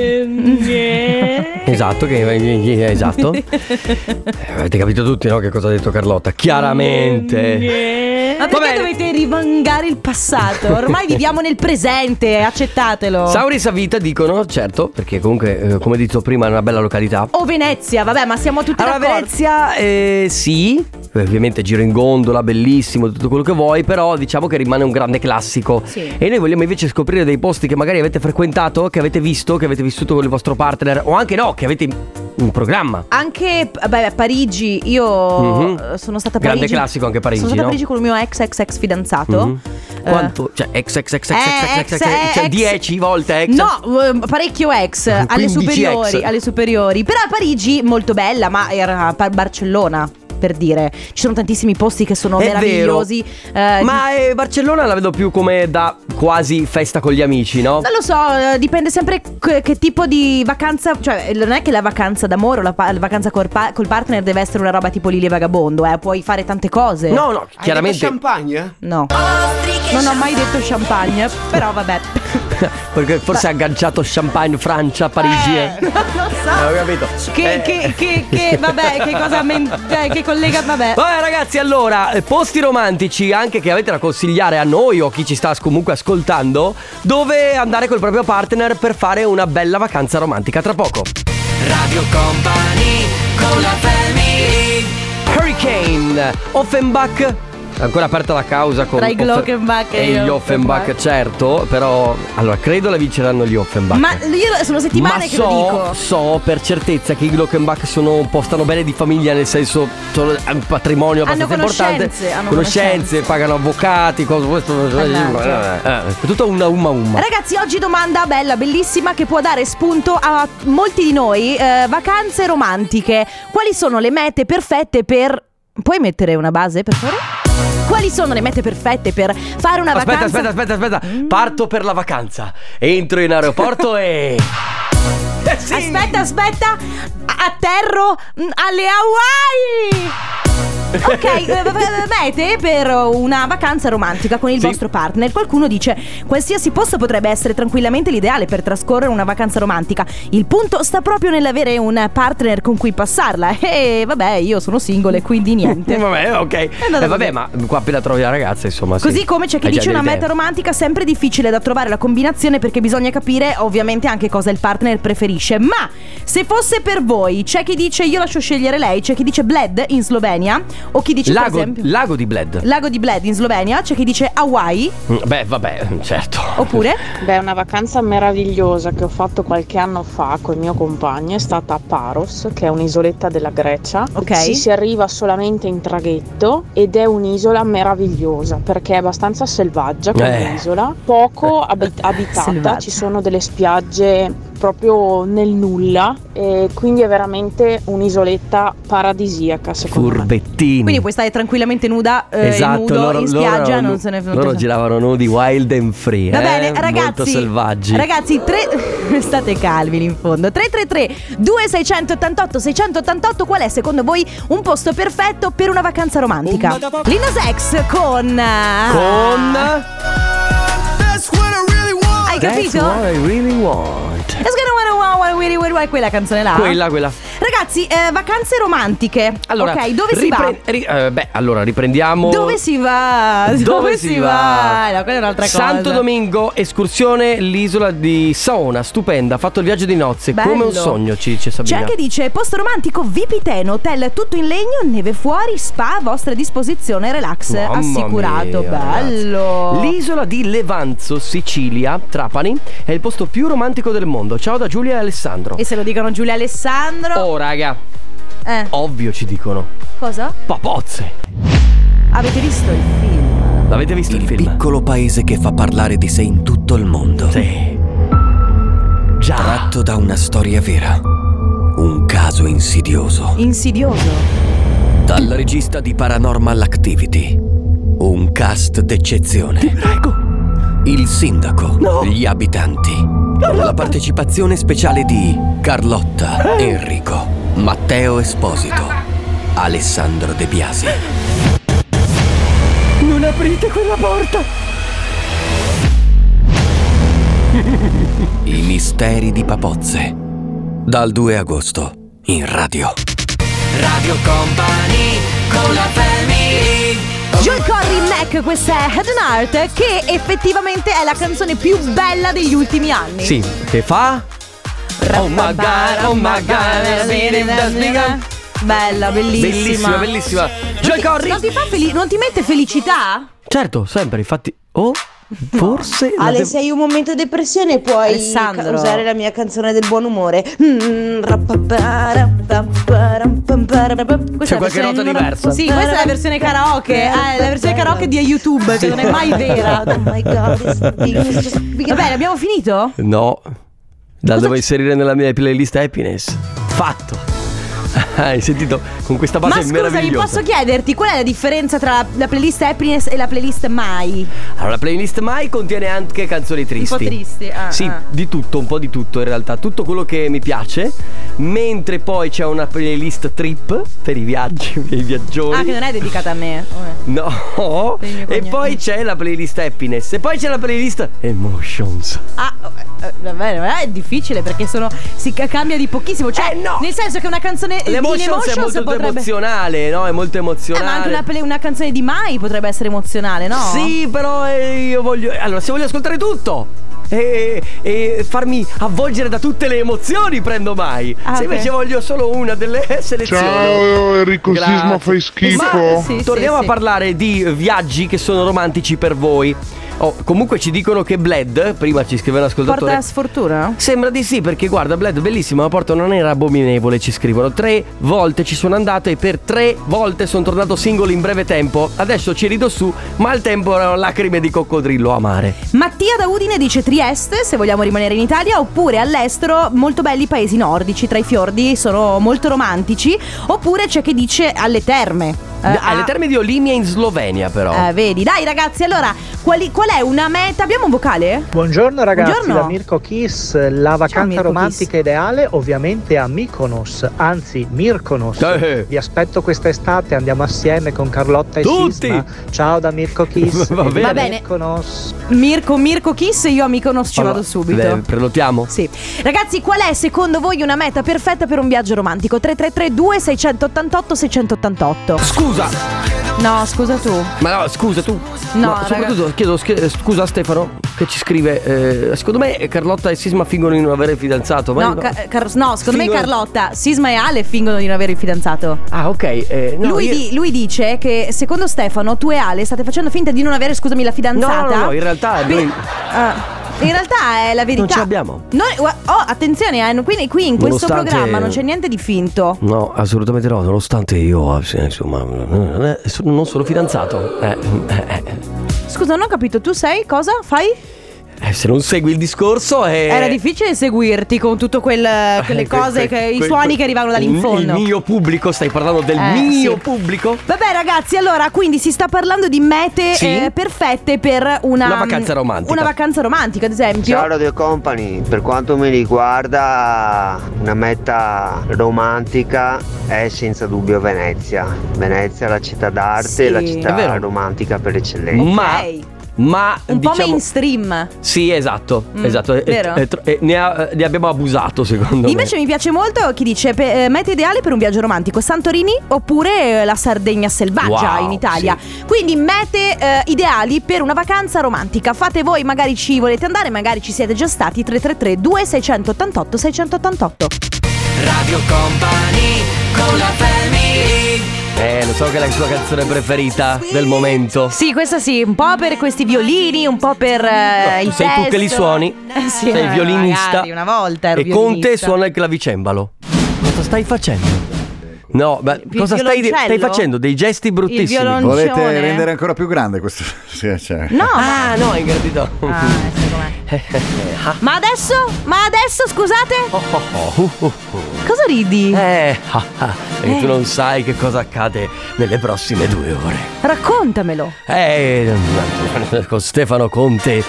[SPEAKER 2] Esatto, che, esatto. Eh, Avete capito tutti, no? Che cosa ha detto Carlotta? Chiaramente.
[SPEAKER 1] Ma perché
[SPEAKER 2] Mm, Vabbè.
[SPEAKER 1] dovete rivangare il passato? Ormai viviamo nel presente, accettatelo.
[SPEAKER 2] Sauris a vita dicono, certo, perché comunque, eh, come detto prima, è una bella località.
[SPEAKER 1] o Venezia, vabbè, ma siamo tutti
[SPEAKER 2] Allora,
[SPEAKER 1] d'accordo.
[SPEAKER 2] Venezia, eh, sì. Eh, Ovviamente giro in gondola, bellissimo, tutto quello che vuoi, però diciamo che rimane un grande classico.
[SPEAKER 1] Sì.
[SPEAKER 2] E noi vogliamo invece scoprire dei posti che magari avete frequentato, che avete visto, che avete vissuto con il vostro partner, o anche no, che avete in, in programma.
[SPEAKER 1] Anche beh, a Parigi, io
[SPEAKER 2] Mhm.
[SPEAKER 1] eh, sono stata a Parigi.
[SPEAKER 2] Grande classico anche a Parigi,
[SPEAKER 1] Sono stata a
[SPEAKER 2] no?
[SPEAKER 1] Parigi con il mio ex ex ex fidanzato.
[SPEAKER 2] Mhm.
[SPEAKER 1] Eh,
[SPEAKER 2] Quanto? Cioè, ex, ex, ex, ex, ex,
[SPEAKER 1] eh,
[SPEAKER 2] ex, ex, ex, cioè
[SPEAKER 1] ex.
[SPEAKER 2] 10 volte ex.
[SPEAKER 1] No, eh, parecchio ex, alle
[SPEAKER 2] 15
[SPEAKER 1] superiori,
[SPEAKER 2] ex.
[SPEAKER 1] alle superiori. Però a Parigi molto bella, ma era a Bar- Barcellona, per dire. Ci sono tantissimi posti che sono
[SPEAKER 2] È
[SPEAKER 1] meravigliosi. eh,
[SPEAKER 2] Ma eh, Barcellona la vedo più come da quasi festa con gli amici, no?
[SPEAKER 1] Non lo so, eh, dipende sempre che, che tipo di vacanza. Cioè, non è che la vacanza d'amore o la, pa- la vacanza col, pa- col partner deve essere una roba tipo Lili e Vagabondo, eh. Puoi fare tante cose.
[SPEAKER 2] No, no,
[SPEAKER 4] Hai detto
[SPEAKER 2] chiaramente.
[SPEAKER 4] champagne?
[SPEAKER 1] No. Non ho mai detto champagne, però vabbè.
[SPEAKER 2] Perché forse ha agganciato champagne, Francia, Parigi.
[SPEAKER 1] Eh,
[SPEAKER 2] eh.
[SPEAKER 1] non lo
[SPEAKER 2] Eh, ho
[SPEAKER 1] so.
[SPEAKER 2] capito.
[SPEAKER 1] Che,
[SPEAKER 2] Eh.
[SPEAKER 1] che, che, che, vabbè, che cosa men- eh, che collega, vabbè.
[SPEAKER 2] Vabbè ragazzi, allora, eh, posti romantici anche che avete da consigliare a noi o a chi ci sta comunque ascoltando, dove andare col proprio partner per fare una bella vacanza romantica tra poco. Radio Company con la Hurricane, Offenbach. Ancora aperta la causa con
[SPEAKER 1] Tra i Glockenbach
[SPEAKER 2] e,
[SPEAKER 1] e gli
[SPEAKER 2] gli Offenbach,
[SPEAKER 1] Offenbach.
[SPEAKER 2] certo, però allora credo la vinceranno gli Offenbach.
[SPEAKER 1] Ma io sono
[SPEAKER 2] Ma
[SPEAKER 1] settimane che
[SPEAKER 2] so,
[SPEAKER 1] lo dico.
[SPEAKER 2] so per certezza che i Glockenbach sono un po' stanno bene di famiglia, nel senso sono un patrimonio
[SPEAKER 1] Hanno
[SPEAKER 2] abbastanza
[SPEAKER 1] conoscenze,
[SPEAKER 2] importante.
[SPEAKER 1] hanno conoscenze.
[SPEAKER 2] pagano avvocati, cose questo.
[SPEAKER 1] Mannaggia.
[SPEAKER 2] eh, eh, Tutto una umma umma.
[SPEAKER 1] Ragazzi, oggi domanda bella, bellissima, che può dare spunto a molti di noi. Eh, vacanze romantiche. Quali sono le mete perfette per. Puoi mettere una base, per favore? Quali sono le mete perfette per fare una
[SPEAKER 2] Aspetta,
[SPEAKER 1] vacanza?
[SPEAKER 2] aspetta, aspetta, aspetta. Parto per la vacanza. Entro in aeroporto e. Eh sì!
[SPEAKER 1] Aspetta, aspetta, a- atterro mm, alle Hawaii! Ok, eh, v- v- mete per una vacanza romantica con il
[SPEAKER 2] Sì.
[SPEAKER 1] vostro partner. Qualcuno dice: qualsiasi posto potrebbe essere tranquillamente l'ideale per trascorrere una vacanza romantica. Il punto sta proprio nell'avere un partner con cui passarla. E vabbè, io sono single, quindi
[SPEAKER 2] Eh,
[SPEAKER 1] niente.
[SPEAKER 2] Vabbè, ok.
[SPEAKER 1] andata
[SPEAKER 2] Eh,
[SPEAKER 1] così.
[SPEAKER 2] vabbè, ma qua appena trovi la ragazza, insomma. sì.
[SPEAKER 1] Così come c'è chi
[SPEAKER 2] Hai già
[SPEAKER 1] dice una
[SPEAKER 2] delle
[SPEAKER 1] meta
[SPEAKER 2] idee.
[SPEAKER 1] romantica sempre difficile da trovare la combinazione perché bisogna capire ovviamente anche cosa il partner preferisce. Ma se fosse per voi, c'è chi dice io lascio scegliere lei, c'è chi dice Bled in Slovenia, O chi dice per
[SPEAKER 2] Lago,
[SPEAKER 1] esempio
[SPEAKER 2] lago di Bled.
[SPEAKER 1] Lago di Bled in Slovenia, c'è chi dice Hawaii
[SPEAKER 2] Mm, Beh, vabbè, certo.
[SPEAKER 1] oppure
[SPEAKER 7] Beh, una vacanza meravigliosa che ho fatto qualche anno fa col mio compagno è stata a Paros, che è un'isoletta della Grecia.
[SPEAKER 1] Ok.
[SPEAKER 7] Ci si arriva solamente in traghetto ed è un'isola meravigliosa perché è abbastanza selvaggia come
[SPEAKER 2] Eh.
[SPEAKER 7] isola, poco abi- abitata,
[SPEAKER 1] Selvaggia.
[SPEAKER 7] ci sono delle spiagge proprio nel nulla e quindi è veramente un'isoletta paradisiaca secondo me.
[SPEAKER 2] Furbettini.
[SPEAKER 1] quindi puoi stare tranquillamente nuda eh,
[SPEAKER 2] Esatto,
[SPEAKER 1] nudo in spiaggia, non se ne
[SPEAKER 2] loro
[SPEAKER 1] non-
[SPEAKER 2] giravano nudi wild and free.
[SPEAKER 1] Va
[SPEAKER 2] eh,
[SPEAKER 1] bene,
[SPEAKER 2] Molto
[SPEAKER 1] ragazzi.
[SPEAKER 2] selvaggi.
[SPEAKER 1] Ragazzi, tre... state calmi lì in fondo. 333 2688 688 qual è secondo voi un posto perfetto per una vacanza romantica? Lino Sex con ah,
[SPEAKER 2] Con.
[SPEAKER 1] Hai capito?
[SPEAKER 2] That's what I really want.
[SPEAKER 1] It's gonna wanna wanna wanna wanna wanna quella canzone là.
[SPEAKER 2] Quella, quella.
[SPEAKER 1] Ragazzi, eh, vacanze romantiche.
[SPEAKER 2] Allora,
[SPEAKER 1] ok, dove si
[SPEAKER 2] ripre-
[SPEAKER 1] va?
[SPEAKER 2] ri- eh, beh, allora riprendiamo.
[SPEAKER 1] Dove si va?
[SPEAKER 2] Dove si va?
[SPEAKER 1] No, quella è un'altra cosa.
[SPEAKER 2] Santo Domingo, escursione, l'isola di Saona, stupenda, ha fatto il viaggio di nozze,
[SPEAKER 1] Bello.
[SPEAKER 2] come un sogno, ci dice Sabina.
[SPEAKER 1] C'è anche dice posto romantico Vipiteno, hotel tutto in legno, neve fuori, spa a vostra disposizione, relax
[SPEAKER 2] Mamma
[SPEAKER 1] assicurato.
[SPEAKER 2] mia,
[SPEAKER 1] Bello.
[SPEAKER 2] ragazzi. L'isola di Levanzo, Sicilia, Trapani, è il posto più romantico del mondo. Ciao da Giulia e Alessandro.
[SPEAKER 1] E se lo dicono Giulia e Alessandro.
[SPEAKER 2] Oh, raga,
[SPEAKER 1] Eh,
[SPEAKER 2] ovvio ci dicono.
[SPEAKER 1] cosa?
[SPEAKER 2] Papozze.
[SPEAKER 1] Avete visto il film?
[SPEAKER 2] L'avete visto il,
[SPEAKER 8] Il
[SPEAKER 2] film?
[SPEAKER 8] piccolo paese che fa parlare di sé in tutto il mondo.
[SPEAKER 2] Sì. Già.
[SPEAKER 8] Tratto da una storia vera. Un caso insidioso.
[SPEAKER 1] Insidioso.
[SPEAKER 8] Dal regista di Paranormal Activity. Un cast d'eccezione.
[SPEAKER 2] Prego.
[SPEAKER 8] Il sindaco.
[SPEAKER 2] No.
[SPEAKER 8] Gli abitanti. La partecipazione speciale di Carlotta, Enrico, Matteo Esposito, Alessandro De Biasi.
[SPEAKER 2] Non aprite quella porta.
[SPEAKER 8] I misteri di Papozze. Dal 2 agosto in radio. Radio Company con la
[SPEAKER 1] Joy Corry Mac, questa è Head and Heart, che effettivamente è la canzone più bella degli ultimi anni.
[SPEAKER 2] Sì, che fa? Oh my god, oh my god, feeling that's bigger.
[SPEAKER 1] Bella, bellissima.
[SPEAKER 2] Bellissima, bellissima.
[SPEAKER 1] Non ti-
[SPEAKER 2] Joy Corry.
[SPEAKER 1] Non ti fa felice? Non ti mette felicità?
[SPEAKER 2] Certo, sempre, infatti. Oh, forse. la
[SPEAKER 9] Ale,
[SPEAKER 2] devo-
[SPEAKER 9] se hai un momento di depressione puoi
[SPEAKER 1] Alessandro.
[SPEAKER 9] ca- usare la mia canzone del buon umore. Mm, rappaparappaparam-pam-param-pam-param.
[SPEAKER 1] Questa è la
[SPEAKER 2] C'è qualche
[SPEAKER 1] versione-
[SPEAKER 2] nota diversa?
[SPEAKER 1] Sì, questa è la versione karaoke. Eh, la versione karaoke di YouTube, che non è mai vera.
[SPEAKER 9] Oh my god, it's the biggest- it's the
[SPEAKER 1] Va
[SPEAKER 9] biggest-
[SPEAKER 1] bene, abbiamo finito?
[SPEAKER 2] No. La devo inserire nella mia playlist happiness. Fatto. Hai sentito con questa
[SPEAKER 1] Ma
[SPEAKER 2] base
[SPEAKER 1] scusami,
[SPEAKER 2] meravigliosa.
[SPEAKER 1] posso chiederti qual è la differenza tra la playlist happiness e la playlist mai?
[SPEAKER 2] Allora, la playlist Mai contiene anche canzoni tristi.
[SPEAKER 1] Un po' tristi, ah,
[SPEAKER 2] Sì,
[SPEAKER 1] ah.
[SPEAKER 2] di tutto, un po' di tutto in realtà. Tutto quello che mi piace. Mentre poi c'è una playlist trip per i viaggi, per i viaggioni.
[SPEAKER 1] Ah, che non è dedicata a me. Per il
[SPEAKER 2] No,
[SPEAKER 1] mio
[SPEAKER 2] e
[SPEAKER 1] cognome.
[SPEAKER 2] poi c'è la playlist happiness e poi c'è la playlist emotions.
[SPEAKER 1] Ah, eh, eh, va bene, ma è difficile perché sono. Si ca- cambia di pochissimo. Cioè,
[SPEAKER 2] Eh, no.
[SPEAKER 1] nel senso che una canzone di
[SPEAKER 2] L'emotions è
[SPEAKER 1] Emotions
[SPEAKER 2] molto
[SPEAKER 1] potrebbe.
[SPEAKER 2] emozionale, no? È molto
[SPEAKER 1] Eh,
[SPEAKER 2] emozionale.
[SPEAKER 1] ma anche una, pla- una canzone di Mai potrebbe essere emozionale, no?
[SPEAKER 2] Sì, però eh, io voglio. Allora, se voglio ascoltare tutto. E, e farmi avvolgere da tutte le emozioni prendo mai.
[SPEAKER 1] Ah,
[SPEAKER 2] Se
[SPEAKER 1] ok.
[SPEAKER 2] invece voglio solo una delle selezioni.
[SPEAKER 10] Ciao Enrico
[SPEAKER 2] Grazie.
[SPEAKER 10] Sisma, fai
[SPEAKER 1] Ma-
[SPEAKER 10] schifo.
[SPEAKER 1] sì, sì,
[SPEAKER 2] Torniamo
[SPEAKER 1] sì.
[SPEAKER 2] a parlare di viaggi che sono romantici per voi. Oh, comunque ci dicono che Bled, prima ci scriveva l'ascoltatore.
[SPEAKER 1] Porta sfortuna?
[SPEAKER 2] Sembra di sì, perché guarda, Bled, bellissima, ma porta non era abominevole, ci scrivono. Tre volte ci sono andato e per tre volte sono tornato singolo in breve tempo. Adesso ci rido su, ma al tempo erano lacrime di coccodrillo a mare.
[SPEAKER 1] Mattia da Udine dice Trieste, se vogliamo rimanere in Italia, oppure all'estero, molto belli i paesi nordici, tra i fiordi, sono molto romantici. Oppure c'è chi dice alle terme. Eh,
[SPEAKER 2] Da-
[SPEAKER 1] a-
[SPEAKER 2] Alle terme di Olimia in Slovenia, però.
[SPEAKER 1] Eh, vedi, dai ragazzi, allora, quali- qual è una meta? Abbiamo un vocale?
[SPEAKER 11] Buongiorno ragazzi,
[SPEAKER 1] Buongiorno.
[SPEAKER 11] da Mirko Kiss, la vacanza
[SPEAKER 1] Mirko
[SPEAKER 11] romantica ideale ovviamente a Mykonos, anzi Mirkonos.
[SPEAKER 2] Eh.
[SPEAKER 11] Vi aspetto quest'estate, andiamo assieme con Carlotta e
[SPEAKER 2] Tutti!
[SPEAKER 11] Sisma. Ciao da Mirko Kiss.
[SPEAKER 2] Va
[SPEAKER 11] e
[SPEAKER 2] bene.
[SPEAKER 11] viva
[SPEAKER 1] Va bene.
[SPEAKER 11] Mykonos.
[SPEAKER 1] Mirko, Mirko Kiss, io amico non ci
[SPEAKER 2] Allora,
[SPEAKER 1] vado subito.
[SPEAKER 2] beh, prenotiamo.
[SPEAKER 1] Sì. Ragazzi, qual è secondo voi una meta perfetta per un viaggio romantico? 3332 688 688.
[SPEAKER 2] Scusa,
[SPEAKER 1] No, scusa tu.
[SPEAKER 2] Ma no, scusa tu.
[SPEAKER 1] No,
[SPEAKER 2] Ma soprattutto chiedo sch- scusa a Stefano che ci scrive. eh, secondo me Carlotta e Sisma fingono di non avere fidanzato. Ma
[SPEAKER 1] No,
[SPEAKER 2] io
[SPEAKER 1] Ca- Car- no, secondo me
[SPEAKER 2] Fingono-
[SPEAKER 1] Carlotta, Sisma e Ale fingono di non avere il fidanzato.
[SPEAKER 2] Ah, ok. eh, no,
[SPEAKER 1] lui,
[SPEAKER 2] io-
[SPEAKER 1] di- lui dice che secondo Stefano tu e Ale state facendo finta di non avere, scusami, la
[SPEAKER 2] No,
[SPEAKER 1] fidanzata.
[SPEAKER 2] no, no, in realtà noi
[SPEAKER 1] Ah, in realtà è la verità.
[SPEAKER 2] non ce l'abbiamo.
[SPEAKER 1] Noi- gua- oh, attenzione, eh, quindi qui in questo
[SPEAKER 2] Nonostante-
[SPEAKER 1] programma non c'è niente di finto.
[SPEAKER 2] No, assolutamente no, nonostante io, eh, sì, insomma, eh, non sono fidanzato. Eh, eh,
[SPEAKER 1] Scusa, non ho capito, tu sei cosa fai?
[SPEAKER 2] eh, se non segui il discorso è...
[SPEAKER 1] Era difficile seguirti con tutte quelle
[SPEAKER 2] Eh,
[SPEAKER 1] cose,
[SPEAKER 2] que- que-
[SPEAKER 1] che- i
[SPEAKER 2] que-
[SPEAKER 1] suoni
[SPEAKER 2] que-
[SPEAKER 1] che arrivavano
[SPEAKER 2] Il
[SPEAKER 1] dall'infondo.
[SPEAKER 2] mio pubblico, stai parlando del
[SPEAKER 1] Eh,
[SPEAKER 2] mio
[SPEAKER 1] sì.
[SPEAKER 2] pubblico?
[SPEAKER 1] Vabbè ragazzi, allora quindi si sta parlando di mete
[SPEAKER 2] Sì.
[SPEAKER 1] eh, perfette per una, mm,
[SPEAKER 2] Una vacanza romantica.
[SPEAKER 1] Una vacanza romantica, ad esempio.
[SPEAKER 10] Ciao Radio Company, per quanto mi riguarda una meta romantica è senza dubbio Venezia. Venezia è la città d'arte,
[SPEAKER 1] Sì.
[SPEAKER 10] la
[SPEAKER 2] È vero.
[SPEAKER 10] città romantica per eccellenza.
[SPEAKER 2] Ma... Ma
[SPEAKER 1] Un po'
[SPEAKER 2] diciamo-
[SPEAKER 1] mainstream.
[SPEAKER 2] Sì, esatto,
[SPEAKER 1] Mm,
[SPEAKER 2] esatto. E-
[SPEAKER 1] vero?
[SPEAKER 2] e- e- ne, ha- eh, ne abbiamo abusato, secondo
[SPEAKER 1] Invece
[SPEAKER 2] me.
[SPEAKER 1] mi piace molto chi dice pe- eh, meta ideale per un viaggio romantico Santorini oppure eh, la Sardegna selvaggia
[SPEAKER 2] Wow,
[SPEAKER 1] in Italia. Quindi mete eh, ideali per una vacanza romantica. Fate voi, magari ci volete andare, magari ci siete già stati 333 2688 688.
[SPEAKER 3] Radio Company con la
[SPEAKER 2] Eh, lo so che è la sua canzone preferita del momento.
[SPEAKER 1] Sì, questa sì, un po' per questi violini, un po' per eh,
[SPEAKER 2] Tu
[SPEAKER 1] il
[SPEAKER 2] sei tu
[SPEAKER 1] testo.
[SPEAKER 2] che li suoni,
[SPEAKER 1] Eh sì,
[SPEAKER 2] sei
[SPEAKER 1] eh,
[SPEAKER 2] il violinista.
[SPEAKER 1] magari una volta ero
[SPEAKER 2] e Conte
[SPEAKER 1] violinista.
[SPEAKER 2] suona il clavicembalo. Cosa stai facendo? No, ma cosa stai,
[SPEAKER 1] violoncello?
[SPEAKER 2] stai facendo? Dei gesti bruttissimi.
[SPEAKER 1] violoncello? Pancione.
[SPEAKER 12] Volete rendere ancora più grande questo? Sì, cioè.
[SPEAKER 1] No, Ah, ecco
[SPEAKER 2] Ah, no, in gratitudine.
[SPEAKER 1] Ma adesso? Ma adesso, scusate?
[SPEAKER 2] Oh,
[SPEAKER 1] Cosa ridi?
[SPEAKER 2] uh, Eh, ah, ah, perché
[SPEAKER 1] Eh.
[SPEAKER 2] tu non sai che cosa accade nelle prossime due ore.
[SPEAKER 1] Raccontamelo.
[SPEAKER 2] Eh, con Stefano Conte.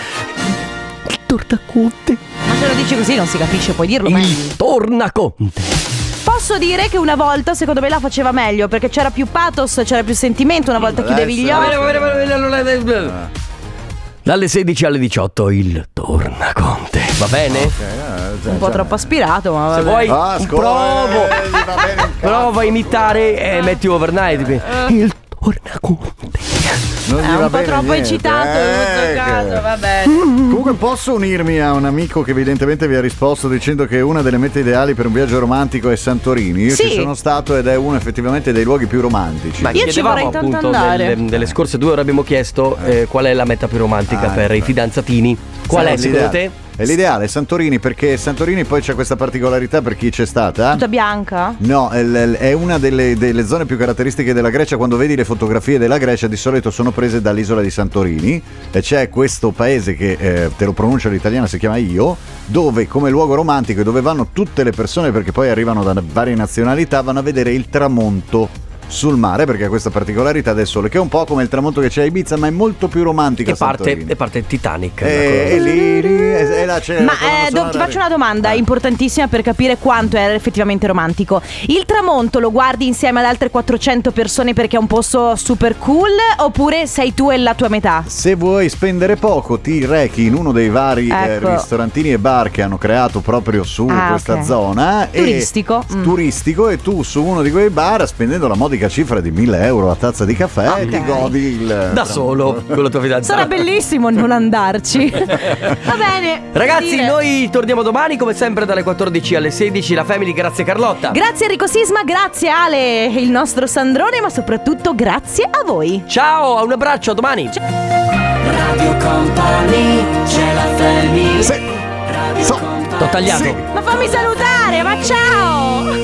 [SPEAKER 1] Ma se lo dici così non si capisce, puoi dirlo meglio.
[SPEAKER 2] Torna Conte.
[SPEAKER 1] Posso dire che una volta, secondo me, la faceva meglio perché c'era più pathos, c'era più sentimento. Una volta chiudevi gli occhi.
[SPEAKER 2] Dalle 16 alle 18 il Torna Conte. Va bene?
[SPEAKER 12] Eh,
[SPEAKER 1] Un po' troppo aspirato, ma vabbè.
[SPEAKER 2] Se vuoi,
[SPEAKER 12] Ah,
[SPEAKER 2] un
[SPEAKER 12] eh,
[SPEAKER 2] provo. Prova a imitare e metti overnight. quindi. Il Torna Conte.
[SPEAKER 12] Non
[SPEAKER 1] È un po' troppo eccitato in questo caso, vabbè.
[SPEAKER 12] Eh, Comunque posso unirmi a un amico che evidentemente vi ha risposto dicendo che una delle mete ideali per un viaggio romantico è Santorini. Io
[SPEAKER 1] Sì.
[SPEAKER 12] ci sono stato ed è uno effettivamente dei luoghi più romantici.
[SPEAKER 2] Ma
[SPEAKER 1] Io ci
[SPEAKER 2] chiedevamo,
[SPEAKER 1] vorrei tanto
[SPEAKER 2] appunto,
[SPEAKER 1] andare.
[SPEAKER 2] Nelle, nelle scorse due ore abbiamo chiesto eh, qual è la meta più romantica per i fidanzatini. Qual
[SPEAKER 12] Ah, eh. Sì,
[SPEAKER 2] è secondo
[SPEAKER 12] l'ideale.
[SPEAKER 2] te?
[SPEAKER 12] È l'ideale, Santorini, perché Santorini poi c'è questa particolarità per chi c'è stata.
[SPEAKER 1] Tutta bianca?
[SPEAKER 12] No, è l- è una delle, delle zone più caratteristiche della Grecia. Quando vedi le fotografie della Grecia, di solito sono prese dall'isola di Santorini. E c'è questo paese che eh, te lo pronuncio all'italiana, si chiama Io, dove come luogo romantico e dove vanno tutte le persone, perché poi arrivano da varie nazionalità, vanno a vedere il tramonto sul mare, perché ha questa particolarità del sole, che è un po' come il tramonto che c'è a Ibiza, ma è molto più romantico.
[SPEAKER 2] Che
[SPEAKER 12] a
[SPEAKER 2] parte,
[SPEAKER 12] Santorini.
[SPEAKER 2] e parte Titanic.
[SPEAKER 12] E, e lì, lì, e- e là c'è
[SPEAKER 1] Ma
[SPEAKER 12] la colonna
[SPEAKER 1] eh, do-
[SPEAKER 12] sonora
[SPEAKER 1] ti
[SPEAKER 12] lì.
[SPEAKER 1] faccio una domanda importantissima per capire quanto era effettivamente romantico. Il tramonto lo guardi insieme ad altre 400 persone perché è un posto super cool oppure sei tu e la tua metà?
[SPEAKER 12] Se vuoi spendere poco, ti rechi in uno dei vari eh,
[SPEAKER 1] Ecco.
[SPEAKER 12] ristorantini e bar che hanno creato proprio su
[SPEAKER 1] Ah,
[SPEAKER 12] questa
[SPEAKER 1] ok.
[SPEAKER 12] zona. e-
[SPEAKER 1] Turistico, mm.
[SPEAKER 12] Turistico, e tu su uno di quei bar, spendendo la modica cifra di 1000 euro a tazza di caffè,
[SPEAKER 1] Ah,
[SPEAKER 12] ti godi il.
[SPEAKER 2] Da solo con la tua fidanzata.
[SPEAKER 1] Sarà bellissimo non andarci. Va bene.
[SPEAKER 2] Ragazzi,
[SPEAKER 1] dire.
[SPEAKER 2] noi torniamo domani come sempre dalle 14 alle 16. La Family, grazie Carlotta.
[SPEAKER 1] Grazie Enrico Sisma, grazie Ale, il nostro Sandrone, ma soprattutto grazie a voi.
[SPEAKER 2] Ciao, un abbraccio, a domani.
[SPEAKER 3] Radio Company c'è la family.
[SPEAKER 12] Sì.
[SPEAKER 3] Radio Company.
[SPEAKER 2] T'ho tagliato.
[SPEAKER 1] Ma fammi salutare, ma ciao!